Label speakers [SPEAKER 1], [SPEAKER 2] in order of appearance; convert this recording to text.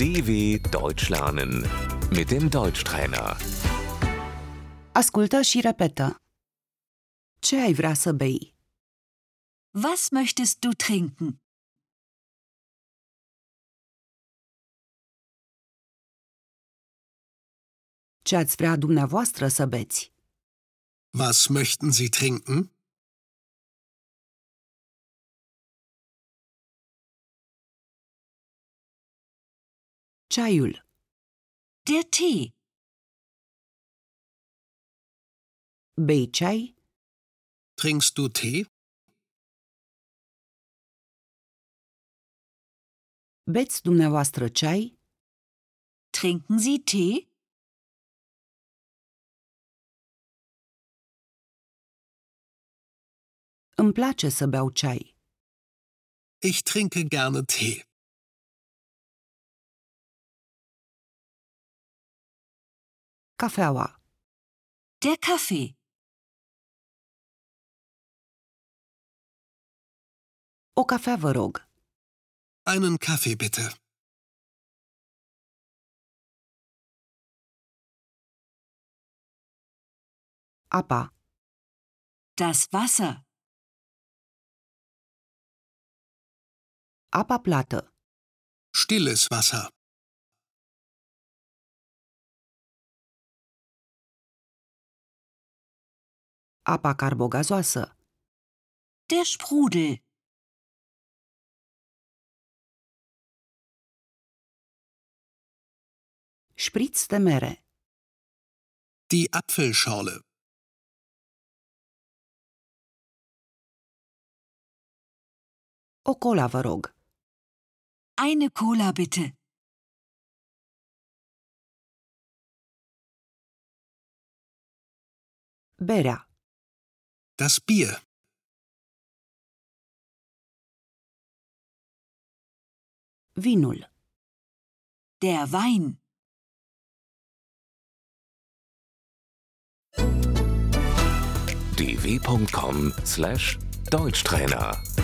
[SPEAKER 1] DW Deutsch lernen mit dem Deutschtrainer.
[SPEAKER 2] Ascultă și repetă. Ce ai vrea să bei?
[SPEAKER 3] Was möchtest du trinken?
[SPEAKER 2] Ce ați vrea dumneavoastră să beți?
[SPEAKER 4] Was möchten Sie trinken?
[SPEAKER 2] Ceaiul,
[SPEAKER 3] Der Tee.
[SPEAKER 2] bei ceai,
[SPEAKER 4] Trinkst du Tee?
[SPEAKER 2] beți dumneavoastră ceai,
[SPEAKER 3] Trinken Sie Tee?
[SPEAKER 2] îmi place să beau ceai.
[SPEAKER 4] Ich trinke gerne Tee.
[SPEAKER 2] Cafeaua,
[SPEAKER 3] Der Kaffee.
[SPEAKER 2] o cafea vă rog,
[SPEAKER 4] Einen Kaffee bitte.
[SPEAKER 2] apa,
[SPEAKER 3] Das Wasser.
[SPEAKER 2] apa plată,
[SPEAKER 4] Stilles Wasser.
[SPEAKER 2] apa carbogazoasă,
[SPEAKER 3] Der Sprudel.
[SPEAKER 2] șpriț de mere,
[SPEAKER 4] Die Apfelschorle.
[SPEAKER 2] o cola vă rog,
[SPEAKER 3] Eine Cola bitte.
[SPEAKER 2] berea,
[SPEAKER 4] Das Bier.
[SPEAKER 2] vinul,
[SPEAKER 3] Der Wein.
[SPEAKER 1] dw.com/deutschtrainer